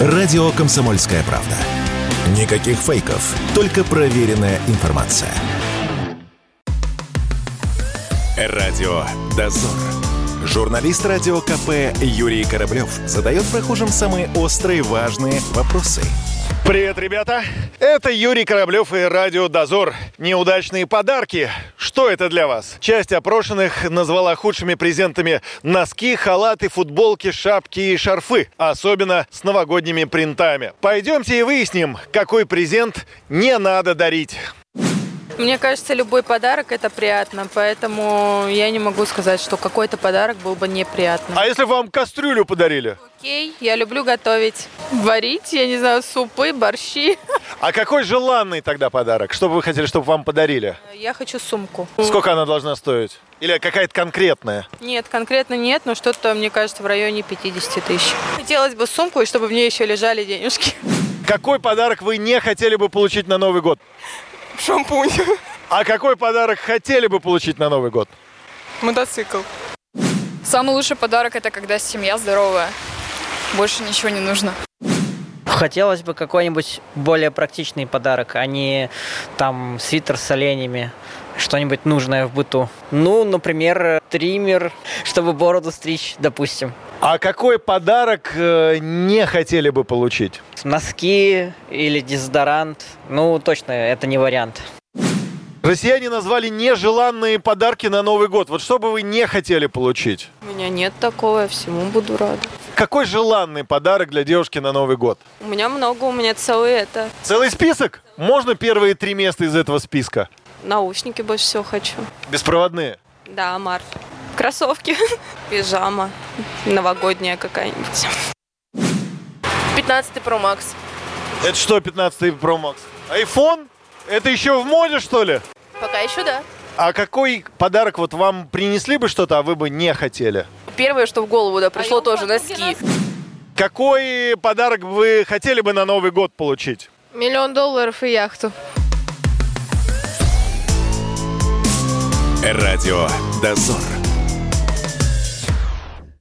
Радио «Комсомольская правда». Никаких фейков, только проверенная информация. Радио «Дозор». Журналист радио КП Юрий Кораблев задает прохожим самые острые важные вопросы – Привет, ребята! Это Юрий Кораблев и Радио Дозор. Неудачные подарки. Что это для вас? Часть опрошенных назвала худшими презентами носки, халаты, футболки, шапки и шарфы. Особенно с новогодними принтами. Пойдемте и выясним, какой презент не надо дарить. Мне кажется, любой подарок это приятно, поэтому я не могу сказать, что какой-то подарок был бы неприятным. А если вам кастрюлю подарили? Окей, я люблю готовить, варить, я не знаю, супы, борщи. А какой желанный тогда подарок? Что бы вы хотели, чтобы вам подарили? Я хочу сумку. Сколько она должна стоить? Или какая-то конкретная? Нет, конкретно нет, но что-то, мне кажется, в районе 50 тысяч. Хотелось бы сумку, и чтобы в ней еще лежали денежки. Какой подарок вы не хотели бы получить на Новый год? Шампунь. А какой подарок хотели бы получить на Новый год? Мотоцикл. Самый лучший подарок – это когда семья здоровая. Больше ничего не нужно. Хотелось бы какой-нибудь более практичный подарок, а не там свитер с оленями, что-нибудь нужное в быту. Ну, например, триммер, чтобы бороду стричь, допустим. А какой подарок э, не хотели бы получить? Носки или дезодорант. Ну, точно, это не вариант. Россияне назвали нежеланные подарки на Новый год. Вот что бы вы не хотели получить? У меня нет такого, я всему буду рада. Какой желанный подарок для девушки на Новый год? У меня много, у меня целый это. Целый список? Можно первые три места из этого списка? Наушники больше всего хочу. Беспроводные? Да, Март. Кроссовки, пижама, новогодняя какая-нибудь. 15 Pro Max. Это что 15 Pro Max? Айфон? Это еще в моде, что ли? Пока еще да. А какой подарок вот вам принесли бы что-то, а вы бы не хотели? Первое, что в голову да, пришло, А я тоже упаду, носки. Какой подарок вы хотели бы на Новый год получить? Миллион долларов и яхту. Радио «Дозор».